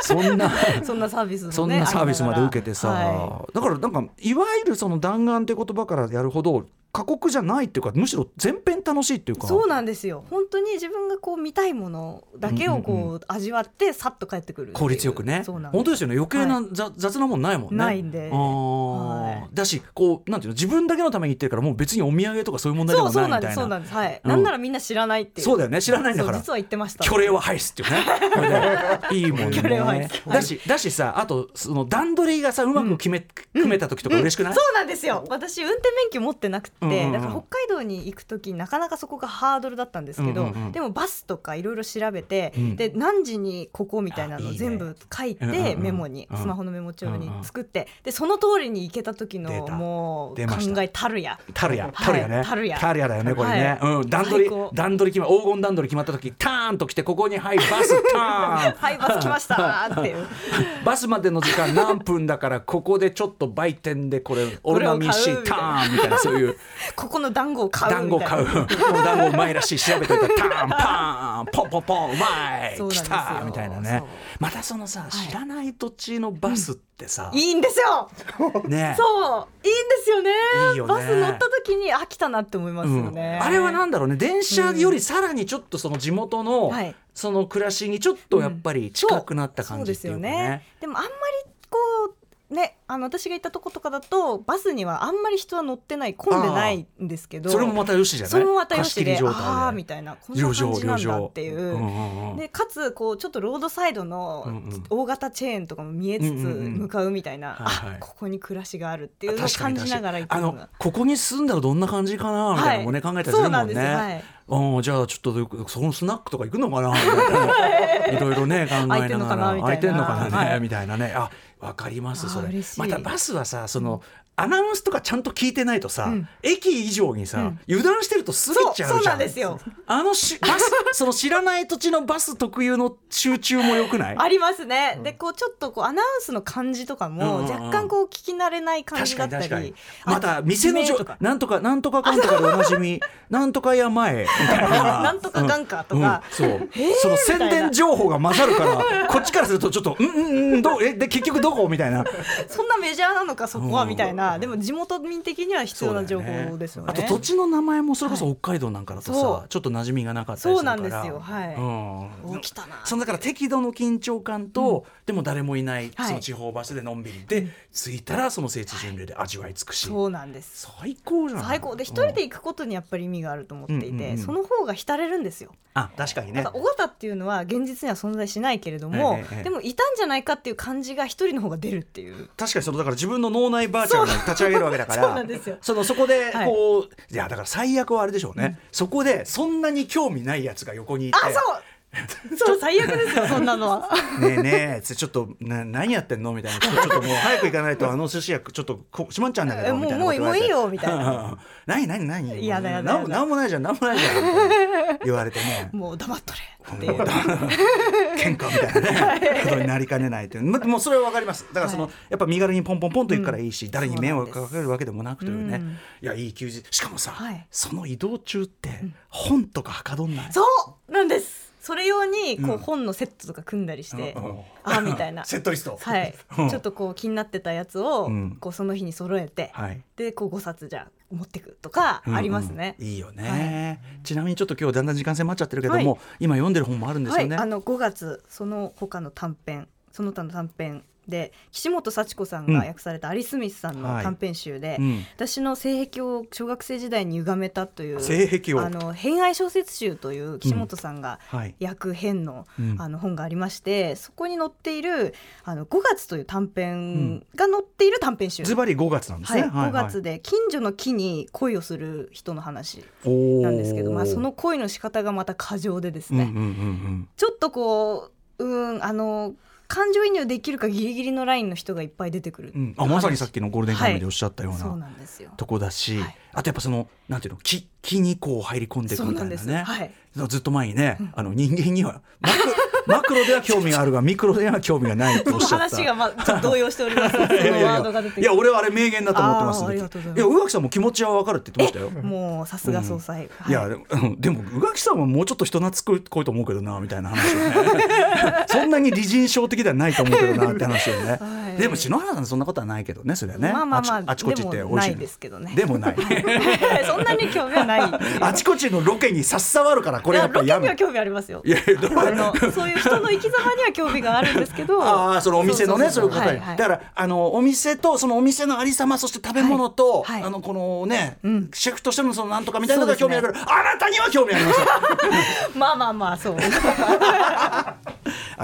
[SPEAKER 1] そんな。
[SPEAKER 2] [LAUGHS] そんなサービスも、ね、
[SPEAKER 1] そんなサービスまで受けてさ、
[SPEAKER 2] ありながらは
[SPEAKER 1] だからなんかいわゆるその弾丸って言葉からやるほど過酷じゃないっていうかむしろ全編楽しいっていう
[SPEAKER 2] い
[SPEAKER 1] か
[SPEAKER 2] そうなんですよ本当に自分がこう見たいものだけをこう,、
[SPEAKER 1] うんう
[SPEAKER 2] 味わってさっと帰ってくるっていう
[SPEAKER 1] 効率よくね
[SPEAKER 2] そうなんです
[SPEAKER 1] 本当ですよね余計な、ざ雑なもんないもんね
[SPEAKER 2] ないんで
[SPEAKER 1] あー
[SPEAKER 2] はいはい
[SPEAKER 1] だしこうなんていうの自分だけのために言ってるからもう別にお土産とかそういう問題で
[SPEAKER 2] そ
[SPEAKER 1] も
[SPEAKER 2] うそう
[SPEAKER 1] な
[SPEAKER 2] ないん
[SPEAKER 1] み
[SPEAKER 2] で
[SPEAKER 1] たい
[SPEAKER 2] すそうな
[SPEAKER 1] なん
[SPEAKER 2] ですはい、
[SPEAKER 1] うん
[SPEAKER 2] なんならみんな知らないっていう
[SPEAKER 1] そうだよね知らないんだから
[SPEAKER 2] そう実は言ってました
[SPEAKER 1] 虚礼はハイスっていうね。これでいいもん
[SPEAKER 2] [LAUGHS] 虚礼はハイ
[SPEAKER 1] ね。
[SPEAKER 2] ス
[SPEAKER 1] だし、だしさ、あと、その段取りがさ、うまく決め、組めた時とか嬉しくない。
[SPEAKER 2] そうなんですよ私運転免許持ってなくて、
[SPEAKER 1] うんうんうん
[SPEAKER 2] だから北海道に行く時なかなかそこがハードルだったんですけど、
[SPEAKER 1] うんうんうん
[SPEAKER 2] でもバスとかいろいろ調べて、
[SPEAKER 1] うん
[SPEAKER 2] で何時にここみたいなのを全部書いて
[SPEAKER 1] あいいねうんうんうん
[SPEAKER 2] メモに、
[SPEAKER 1] うん
[SPEAKER 2] スマホのメモ帳に作って、でその通りに行けた時の
[SPEAKER 1] 出た
[SPEAKER 2] もう
[SPEAKER 1] 出ました
[SPEAKER 2] 考えたるや
[SPEAKER 1] タルヤ、
[SPEAKER 2] い
[SPEAKER 1] タルヤね。
[SPEAKER 2] タルヤ
[SPEAKER 1] だよね、これね。
[SPEAKER 2] はい
[SPEAKER 1] うん、段取り
[SPEAKER 2] 最高、
[SPEAKER 1] 段取り決ま、黄金段取り決まった時、ターンと来て、ここに、はい、バス、ター
[SPEAKER 2] [LAUGHS]
[SPEAKER 1] ン。
[SPEAKER 2] はいバス来ましたーっていう
[SPEAKER 1] バスまでの時間何分だから、ここでちょっと売店で、これ、オルナミン C
[SPEAKER 2] これを買うみ
[SPEAKER 1] タ
[SPEAKER 2] たいな
[SPEAKER 1] ーンみたいな、そういう。
[SPEAKER 2] ここの団子を [LAUGHS] 買う
[SPEAKER 1] 団子
[SPEAKER 2] みたいな
[SPEAKER 1] 買う。この団子うまいらしい。調べといたら、タ
[SPEAKER 2] [LAUGHS]
[SPEAKER 1] ーン、パーン、ポンポンポン、うまい
[SPEAKER 2] そうなんで
[SPEAKER 1] 来
[SPEAKER 2] すよ
[SPEAKER 1] たみたいなね
[SPEAKER 2] そう。
[SPEAKER 1] またそのさ、知らない土地のバスってさ、
[SPEAKER 2] いいんですよ
[SPEAKER 1] ね。
[SPEAKER 2] そういいんですよね
[SPEAKER 1] いいよね
[SPEAKER 2] バス乗った時に飽きたなって思いますよね、
[SPEAKER 1] うんあれはなんだろうね電車よりさらにちょっとその地元の、
[SPEAKER 2] はい
[SPEAKER 1] その暮らしにちょっとやっぱり近くなった感じっていうかね,、
[SPEAKER 2] そうですよねでもあんまりこうねあの私が行ったとことかだとバスにはあんまり人は乗ってない混んでないんですけど
[SPEAKER 1] それもまたよしじゃない
[SPEAKER 2] それもまたよしで
[SPEAKER 1] 貸切状態で
[SPEAKER 2] ああみたいなこんな感じなんだってい
[SPEAKER 1] う
[SPEAKER 2] う。
[SPEAKER 1] んうんうん
[SPEAKER 2] でかつこうちょっとロードサイドの
[SPEAKER 1] うんうん
[SPEAKER 2] 大型チェーンとかも見えつつ
[SPEAKER 1] うんうんうん
[SPEAKER 2] 向かうみたいな、
[SPEAKER 1] はいはい
[SPEAKER 2] あここに暮らしがあるっていう
[SPEAKER 1] 確
[SPEAKER 2] のを
[SPEAKER 1] かに
[SPEAKER 2] 感じながら行
[SPEAKER 1] 確
[SPEAKER 2] く
[SPEAKER 1] かに
[SPEAKER 2] の
[SPEAKER 1] あの
[SPEAKER 2] が
[SPEAKER 1] ここに住んだらどんな感じかなみたいなのもね、
[SPEAKER 2] はい
[SPEAKER 1] 考えたりする
[SPEAKER 2] そう
[SPEAKER 1] も
[SPEAKER 2] なんん
[SPEAKER 1] ね
[SPEAKER 2] ですはい
[SPEAKER 1] うんじゃあちょっとそのスナックとか行くのかなみたいないろいろね考えながら
[SPEAKER 2] 空いてんのかなみたいな
[SPEAKER 1] 空いてんのかなね、
[SPEAKER 2] はい
[SPEAKER 1] みたいなねあわかります
[SPEAKER 2] あー
[SPEAKER 1] それ
[SPEAKER 2] 嬉しい
[SPEAKER 1] またバスはさそのアナウンスとかちゃんと聞いてないとさ、
[SPEAKER 2] ん
[SPEAKER 1] 駅以上にさ、油断してると過ぎ
[SPEAKER 2] そう
[SPEAKER 1] ちゃうじゃん
[SPEAKER 2] そうなんですよ
[SPEAKER 1] あのし [LAUGHS] バスその知らない土地のバス特有の集中もよくない
[SPEAKER 2] ありますね。で、こうちょっとこうアナウンスの感じとかも
[SPEAKER 1] うんうんうん
[SPEAKER 2] 若干こう聞き慣れない感じ
[SPEAKER 1] 確
[SPEAKER 2] だ
[SPEAKER 1] か
[SPEAKER 2] っ
[SPEAKER 1] に
[SPEAKER 2] た
[SPEAKER 1] 確か
[SPEAKER 2] り
[SPEAKER 1] に、また店の
[SPEAKER 2] 地
[SPEAKER 1] じょ
[SPEAKER 2] 名とか
[SPEAKER 1] なんとかなんとかかんとかでおなじ [LAUGHS] みなんとかや前みたい [LAUGHS] な
[SPEAKER 2] なんとか眼科とか
[SPEAKER 1] うんうんそうその宣伝情報が混ざる [LAUGHS] からこっちからするとちょっとうんうんうんどうえで結局どこみたいな
[SPEAKER 2] そんなメジャーなのかそこは
[SPEAKER 1] うん
[SPEAKER 2] みたいな、でも地元民的には必要な情報ですよね。
[SPEAKER 1] あと土地の名前もそれこそ北海道なんかだとさ、
[SPEAKER 2] そう
[SPEAKER 1] ちょっと馴染みがなかったりす
[SPEAKER 2] そう
[SPEAKER 1] るか
[SPEAKER 2] な
[SPEAKER 1] ら
[SPEAKER 2] んですよ。はい。
[SPEAKER 1] うん
[SPEAKER 2] お来たな。
[SPEAKER 1] そのだから適度の緊張感と、でも誰もいない
[SPEAKER 2] はい
[SPEAKER 1] その地方バスでのんびりで、着いたらその聖地巡礼で味わい尽くし、
[SPEAKER 2] そうなんです。
[SPEAKER 1] 最高じゃん
[SPEAKER 2] 最高で一人で行くことにやっぱり意味があると思ってい
[SPEAKER 1] うんうんう
[SPEAKER 2] て、
[SPEAKER 1] ん
[SPEAKER 2] その方が浸れるんですよ。
[SPEAKER 1] あ確かに
[SPEAKER 2] なん
[SPEAKER 1] ね
[SPEAKER 2] か尾形っていうのは現実には存在しないけれども
[SPEAKER 1] ええええ、
[SPEAKER 2] でもいたんじゃないかっていう感じが一人の方が出るっていう。
[SPEAKER 1] 確かにそのだから自分の脳内バーチャルに立ち上げるわけだから
[SPEAKER 2] そうなんですよ
[SPEAKER 1] そのそこで
[SPEAKER 2] はい
[SPEAKER 1] こう、い、やだから最悪はあれでしょうね、そこでそんなに興味ないやつが横にいて
[SPEAKER 2] あ、
[SPEAKER 1] [LAUGHS]
[SPEAKER 2] そう。そう最悪ですよそんなのは。
[SPEAKER 1] ねえねえつってちょっとな何やってんのみたいなちょっとちょっともう早く行かないとあの寿司屋ちょっとこ閉まっちゃうんだけ
[SPEAKER 2] え
[SPEAKER 1] ど
[SPEAKER 2] もう
[SPEAKER 1] みたいなこと言われて
[SPEAKER 2] もうもういいよみたいな
[SPEAKER 1] うんうん [LAUGHS] 何何何
[SPEAKER 2] 嫌だ嫌だ
[SPEAKER 1] なん
[SPEAKER 2] 嫌だ
[SPEAKER 1] なんもないじゃんなんもないじゃんみたいな言われてね
[SPEAKER 2] もう黙っとれってい
[SPEAKER 1] もう
[SPEAKER 2] う
[SPEAKER 1] だ喧嘩みたいな
[SPEAKER 2] [LAUGHS]
[SPEAKER 1] ねことになりかねないというまもうそれは分かりますだからその、
[SPEAKER 2] はい
[SPEAKER 1] やっぱ身軽にポンポンポンと行くからいいし、誰に迷惑
[SPEAKER 2] そうなん
[SPEAKER 1] か
[SPEAKER 2] です
[SPEAKER 1] けるわけでもなくというね、
[SPEAKER 2] うん
[SPEAKER 1] いやいい休日しかもさ、
[SPEAKER 2] はい
[SPEAKER 1] その移動中って本とかはかどんない、
[SPEAKER 2] そうなんですそれ用に
[SPEAKER 1] う
[SPEAKER 2] こうん本のセットとか組んだりして、
[SPEAKER 1] うんうん
[SPEAKER 2] ああみたいな
[SPEAKER 1] [LAUGHS] セットリスト
[SPEAKER 2] はい
[SPEAKER 1] うん
[SPEAKER 2] ちょっとこう気になってたやつを
[SPEAKER 1] うん
[SPEAKER 2] こうその日に揃えて、
[SPEAKER 1] はい
[SPEAKER 2] でこう5冊じゃあ持ってくとかありますね、
[SPEAKER 1] うんうんいいよね、ちなみにちょっと今日だんだん時間制待っちゃってるけども、
[SPEAKER 2] は
[SPEAKER 1] 今読んでる本もあるんです
[SPEAKER 2] は
[SPEAKER 1] よ
[SPEAKER 2] い
[SPEAKER 1] ね、
[SPEAKER 2] あの5月その他の短編その他の短編で岸本幸子さんが訳されたアリ・スミスさんの短編集で、
[SPEAKER 1] うん
[SPEAKER 2] 私の性癖を小学生時代に歪めたという
[SPEAKER 1] 性癖を
[SPEAKER 2] あの偏愛小説集という岸本さんが
[SPEAKER 1] はい
[SPEAKER 2] 訳編の,、
[SPEAKER 1] うん
[SPEAKER 2] あの本がありましてそこに載っている「あの5月」という短編が載っている短編集、
[SPEAKER 1] ズバリ5月なんです
[SPEAKER 2] は
[SPEAKER 1] ね、
[SPEAKER 2] い、5月で近所の木に恋をする人の話
[SPEAKER 1] な
[SPEAKER 2] なんですけど、まあ、その恋の仕方がまた過剰でです
[SPEAKER 1] うん
[SPEAKER 2] ね、
[SPEAKER 1] うんうんうん
[SPEAKER 2] ちょっとこううんあの感情移入できるかギリギリのラインの人がいっぱい出てくる、
[SPEAKER 1] うん、あまさにさっきのゴールデンカムイでおっしゃったような、
[SPEAKER 2] そうなんですよ。
[SPEAKER 1] とこだし、
[SPEAKER 2] はい
[SPEAKER 1] あとやっぱそのなんていうの木木にこう入り込んでいく
[SPEAKER 2] そう
[SPEAKER 1] み
[SPEAKER 2] な
[SPEAKER 1] たい
[SPEAKER 2] んで
[SPEAKER 1] な
[SPEAKER 2] す、
[SPEAKER 1] ね [LAUGHS]
[SPEAKER 2] はい
[SPEAKER 1] ずっと前にね、あの人間にはマクマクロ [LAUGHS] では興味があるがミクロでは興味がないとおっしゃった。
[SPEAKER 2] 話がまあちょっと動揺しております。そのワ
[SPEAKER 1] [LAUGHS] いやいやいや
[SPEAKER 2] ードが出てきて
[SPEAKER 1] いや俺はあれ名言だと思ってます
[SPEAKER 2] あーありがとうございます
[SPEAKER 1] や宇垣さんも気持ちは分かるって言ってましたよ。
[SPEAKER 2] もうさすが総裁。はい
[SPEAKER 1] いやでもうんでも宇垣さんはもうちょっと人懐っこいと
[SPEAKER 2] [LAUGHS]
[SPEAKER 1] 思うけどなみたいな話をねそんなに理人症的ではないと思うけどなって話をね、
[SPEAKER 2] はええ
[SPEAKER 1] でも篠原さんそんなことはないけどねそれはね、
[SPEAKER 2] まあまあまあ
[SPEAKER 1] あちあちこち行って美味しい
[SPEAKER 2] でもないですけどね
[SPEAKER 1] でもない
[SPEAKER 2] [LAUGHS] そんなに興味はないっていう
[SPEAKER 1] あ [LAUGHS] ちこちのロケに差し障るからこ
[SPEAKER 2] い
[SPEAKER 1] れ
[SPEAKER 2] や
[SPEAKER 1] やっぱり
[SPEAKER 2] ロケ
[SPEAKER 1] や
[SPEAKER 2] に
[SPEAKER 1] め
[SPEAKER 2] は興味ありますよ
[SPEAKER 1] いやいやどう
[SPEAKER 2] あのそういう人の生き様には興味があるんですけ
[SPEAKER 1] [LAUGHS]
[SPEAKER 2] ど
[SPEAKER 1] ああそのお店のねそういうこと
[SPEAKER 2] は
[SPEAKER 1] に
[SPEAKER 2] は
[SPEAKER 1] だからあのお店とそのお店のありさまそして食べ物と
[SPEAKER 2] はいはい
[SPEAKER 1] あのこのね
[SPEAKER 2] うん
[SPEAKER 1] シェフとしてのそのなんとかみたいなのが
[SPEAKER 2] そ
[SPEAKER 1] 興
[SPEAKER 2] うで
[SPEAKER 1] 味
[SPEAKER 2] す
[SPEAKER 1] あ
[SPEAKER 2] ね
[SPEAKER 1] るからあなたには興味あり [LAUGHS] ますよ
[SPEAKER 2] まあまあまあそう [LAUGHS]
[SPEAKER 1] あ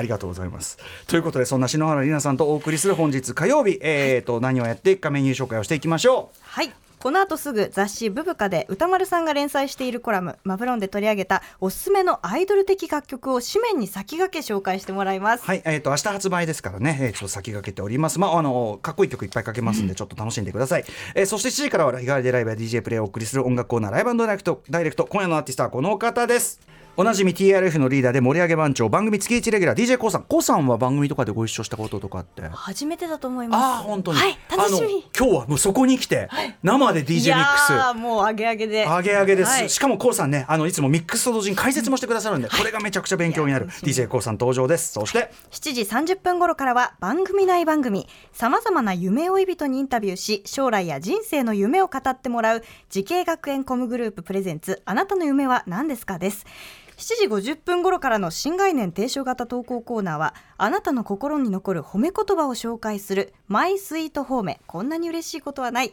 [SPEAKER 1] りがとうございますということでそんな篠原里奈さんとお送りする本日火曜日えーと何をやっていくかメニュー紹介をしていきましょう
[SPEAKER 2] はいこの後すぐ雑誌「ブブカ」で歌丸さんが連載しているコラム「マブロン」で取り上げたおすすめのアイドル的楽曲を紙面に先駆け紹介してもらいます、
[SPEAKER 1] はいえーと明日発売ですからねえーちょっと先駆けておりますまああのかっこいい曲いっぱいかけますんでちょっと楽しんでくださいえーそして7時からは日替わりでライブや DJ プレイをお送りする音楽コーナーライブダイレクトダイレクト今夜のアーティストはこの方ですおなじみ TRF のリーダーで盛り上げ番長番組月1レギュラー d j k o さん k o さんは番組とかでご一緒したこととかってあ
[SPEAKER 2] 初めてだと思います
[SPEAKER 1] あー本当に、
[SPEAKER 2] はい楽し
[SPEAKER 1] あの今
[SPEAKER 2] み
[SPEAKER 1] 日はもうそこに来て生で DJ ミ
[SPEAKER 2] いや
[SPEAKER 1] ックス
[SPEAKER 2] ーもうアゲアゲで
[SPEAKER 1] アゲアゲです、
[SPEAKER 2] はい
[SPEAKER 1] しかも k o さんねあのいつもミックスと同時に解説もしてくださるんで、これがめちゃくちゃ勉強になる
[SPEAKER 2] いや楽しみ
[SPEAKER 1] d j k o さん登場ですそして
[SPEAKER 2] 7時30分頃からは番組内番組さまざまな夢追い人にインタビューし将来や人生の夢を語ってもらう慈恵学園コムグループプレゼンツあなたの夢は何ですかです7時50分頃からの新概念提唱型投稿コーナーはあなたの心に残る褒め言葉を紹介するマイスイート褒めこんなに嬉しいことはない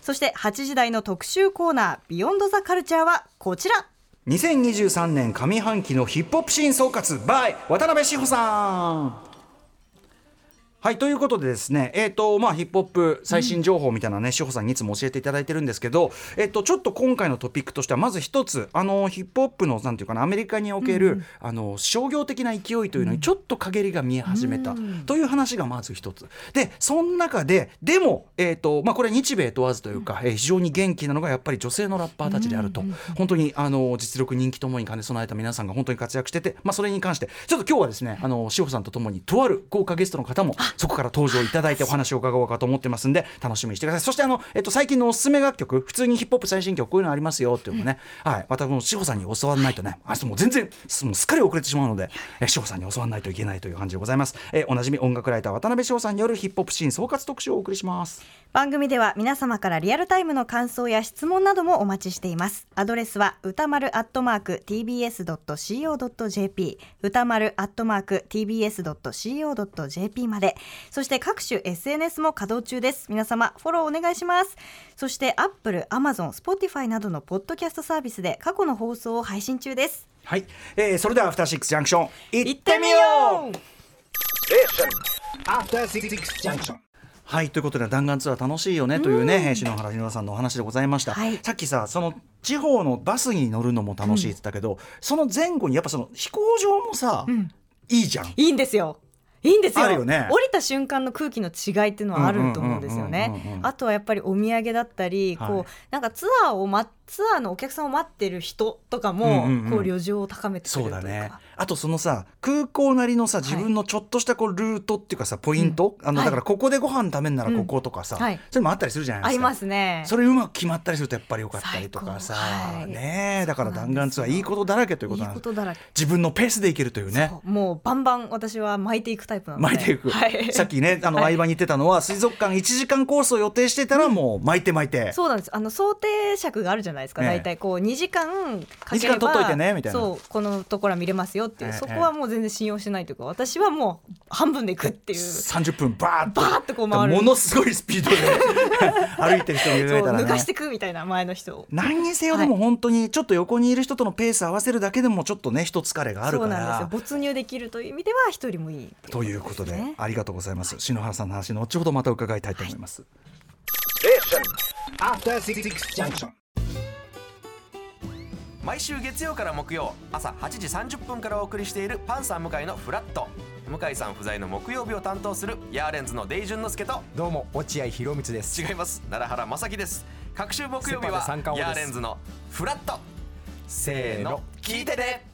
[SPEAKER 2] そして8時台の特集コーナービヨンドザカルチャーはこちら
[SPEAKER 1] 2023年上半期のヒップホップシーン総括 by 渡辺志保さんはいということでですね、えーとまあ、ヒップホップ最新情報みたいなね、志保さんにいつも教えていただいてるんですけど、えっとちょっと今回のトピックとしてはまず一つあのヒップホップのなんていうかなアメリカにおける、あの商業的な勢いというのにちょっと陰りが見え始めたという話がまず一つでその中ででも、えーとまあ、これは日米問わずというか、えー非常に元気なのがやっぱり女性のラッパーたちであると、本当にあの実力人気ともに兼ね備えた皆さんが本当に活躍してて、まあ、それに関してちょっと今日はですねあの志保さんとともにとある豪華ゲストの方もそこから登場いただいてお話を伺おうかと思ってますんで楽しみにしてくださいそしてあの、えっと、最近のおすすめ楽曲普通にヒップホップ最新曲こういうのありますよっていうのもね、はい、またこの志保さんに教わらないとねあもう全然すもうすっかり遅れてしまうのでえ志保さんに教わらないといけないという感じでございます、えおなじみ音楽ライター渡辺志保さんによるヒップホップシーン総括特集をお送りします
[SPEAKER 2] 番組では皆様からリアルタイムの感想や質問などもお待ちしていますアドレスは歌丸アットマーク tbs.co.jp 歌丸アットマーク tbs.co.jp までそして各種 SNS も稼働中です皆様フォローお願いしますそしてアップル、アマゾン、スポティファイなどのポッドキャストサービスで過去の放送を配信中です
[SPEAKER 1] はい、えーそれでは「アフターシックスジャンクション」い
[SPEAKER 2] 行ってみよう
[SPEAKER 4] Station. After Six Junction.
[SPEAKER 1] はいということで弾丸ツアー楽しいよねというね、えー篠原ひろさんのお話でございました、
[SPEAKER 2] はい
[SPEAKER 1] さっきさその地方のバスに乗るのも楽しいって言ったけど、その前後にやっぱその飛行場もさ、いいじゃん
[SPEAKER 2] いいんですよ。いいんですよ
[SPEAKER 1] あるよね
[SPEAKER 2] 降りた瞬間の空気の違いっていうのはあると思うんですよ
[SPEAKER 1] うんうんうんうんうん
[SPEAKER 2] ね
[SPEAKER 1] う。ん
[SPEAKER 2] あとはやっぱりお土産だったり、
[SPEAKER 1] はい
[SPEAKER 2] こうなんかツアーをまツアーのお客さんを待ってる人とかも、
[SPEAKER 1] うんうんうん
[SPEAKER 2] こう旅情を高めてくれ
[SPEAKER 1] そ
[SPEAKER 2] る
[SPEAKER 1] う
[SPEAKER 2] とい
[SPEAKER 1] だ
[SPEAKER 2] うか。
[SPEAKER 1] ねあとそのさ空港なりのさ自分のちょっとしたこうルートっていうかさポイント、あの
[SPEAKER 2] はい
[SPEAKER 1] だからここでご飯食べんならこことかさ、
[SPEAKER 2] うんはい
[SPEAKER 1] それもあったりするじゃないですか
[SPEAKER 2] ありますね。
[SPEAKER 1] それうまく決まったりするとやっぱり良かったりとかさ、
[SPEAKER 2] 最高はい
[SPEAKER 1] ねえだから
[SPEAKER 2] そうな
[SPEAKER 1] 弾
[SPEAKER 2] んです
[SPEAKER 1] 丸ツ
[SPEAKER 2] よ
[SPEAKER 1] アーいいことだらけというこ
[SPEAKER 2] いい
[SPEAKER 1] となん
[SPEAKER 2] こ
[SPEAKER 1] です
[SPEAKER 2] とだらけ。
[SPEAKER 1] 自分のペースでいけるというね
[SPEAKER 2] もうバンバン私は巻いていくタイプなの
[SPEAKER 1] [LAUGHS]
[SPEAKER 2] で。
[SPEAKER 1] 巻いていく、
[SPEAKER 2] はい
[SPEAKER 1] さっきねあの相場に言ってたのは、水族館1時間コースを予定してたらもう巻いて巻いて、
[SPEAKER 2] そうなんですあの想定尺があるじゃないですか、
[SPEAKER 1] ええ
[SPEAKER 2] 大体こう2時間かければ
[SPEAKER 1] 二時間取っといてねみたいな
[SPEAKER 2] そうこのところは見れますよっていう、
[SPEAKER 1] ええ
[SPEAKER 2] そこはもう全然信用してないというか私はもう半分でいくっていう
[SPEAKER 1] 30分バーッと
[SPEAKER 2] バーッとこう回る
[SPEAKER 1] ものすごいスピードで [LAUGHS] 歩いてる人もいる
[SPEAKER 2] そう
[SPEAKER 1] からね
[SPEAKER 2] 抜かしてくみたいな前の人を
[SPEAKER 1] 何にせよでも本当にちょっと横にいる人とのペース合わせるだけでもちょっとね一疲れがある
[SPEAKER 2] そ
[SPEAKER 1] か
[SPEAKER 2] うなん
[SPEAKER 1] ら
[SPEAKER 2] ですよ没入できるという意味では一人もいい
[SPEAKER 1] ということで、
[SPEAKER 2] ね
[SPEAKER 1] ありがとうございます篠原さんの話後ほどまた伺いたいと思います、
[SPEAKER 4] Station. After Six Junction.
[SPEAKER 5] 毎週月曜から木曜朝8時30分からお送りしているパンサー向井のフラット向井さん不在の木曜日を担当するヤーレンズのデイジュンの之介と
[SPEAKER 6] どうも落合博満です
[SPEAKER 5] 違います奈良原正樹です各週木曜日
[SPEAKER 6] セパ
[SPEAKER 5] は
[SPEAKER 6] で三冠王
[SPEAKER 5] ヤー
[SPEAKER 6] です
[SPEAKER 5] レンズのフラット
[SPEAKER 6] せ
[SPEAKER 5] せーの聞いてね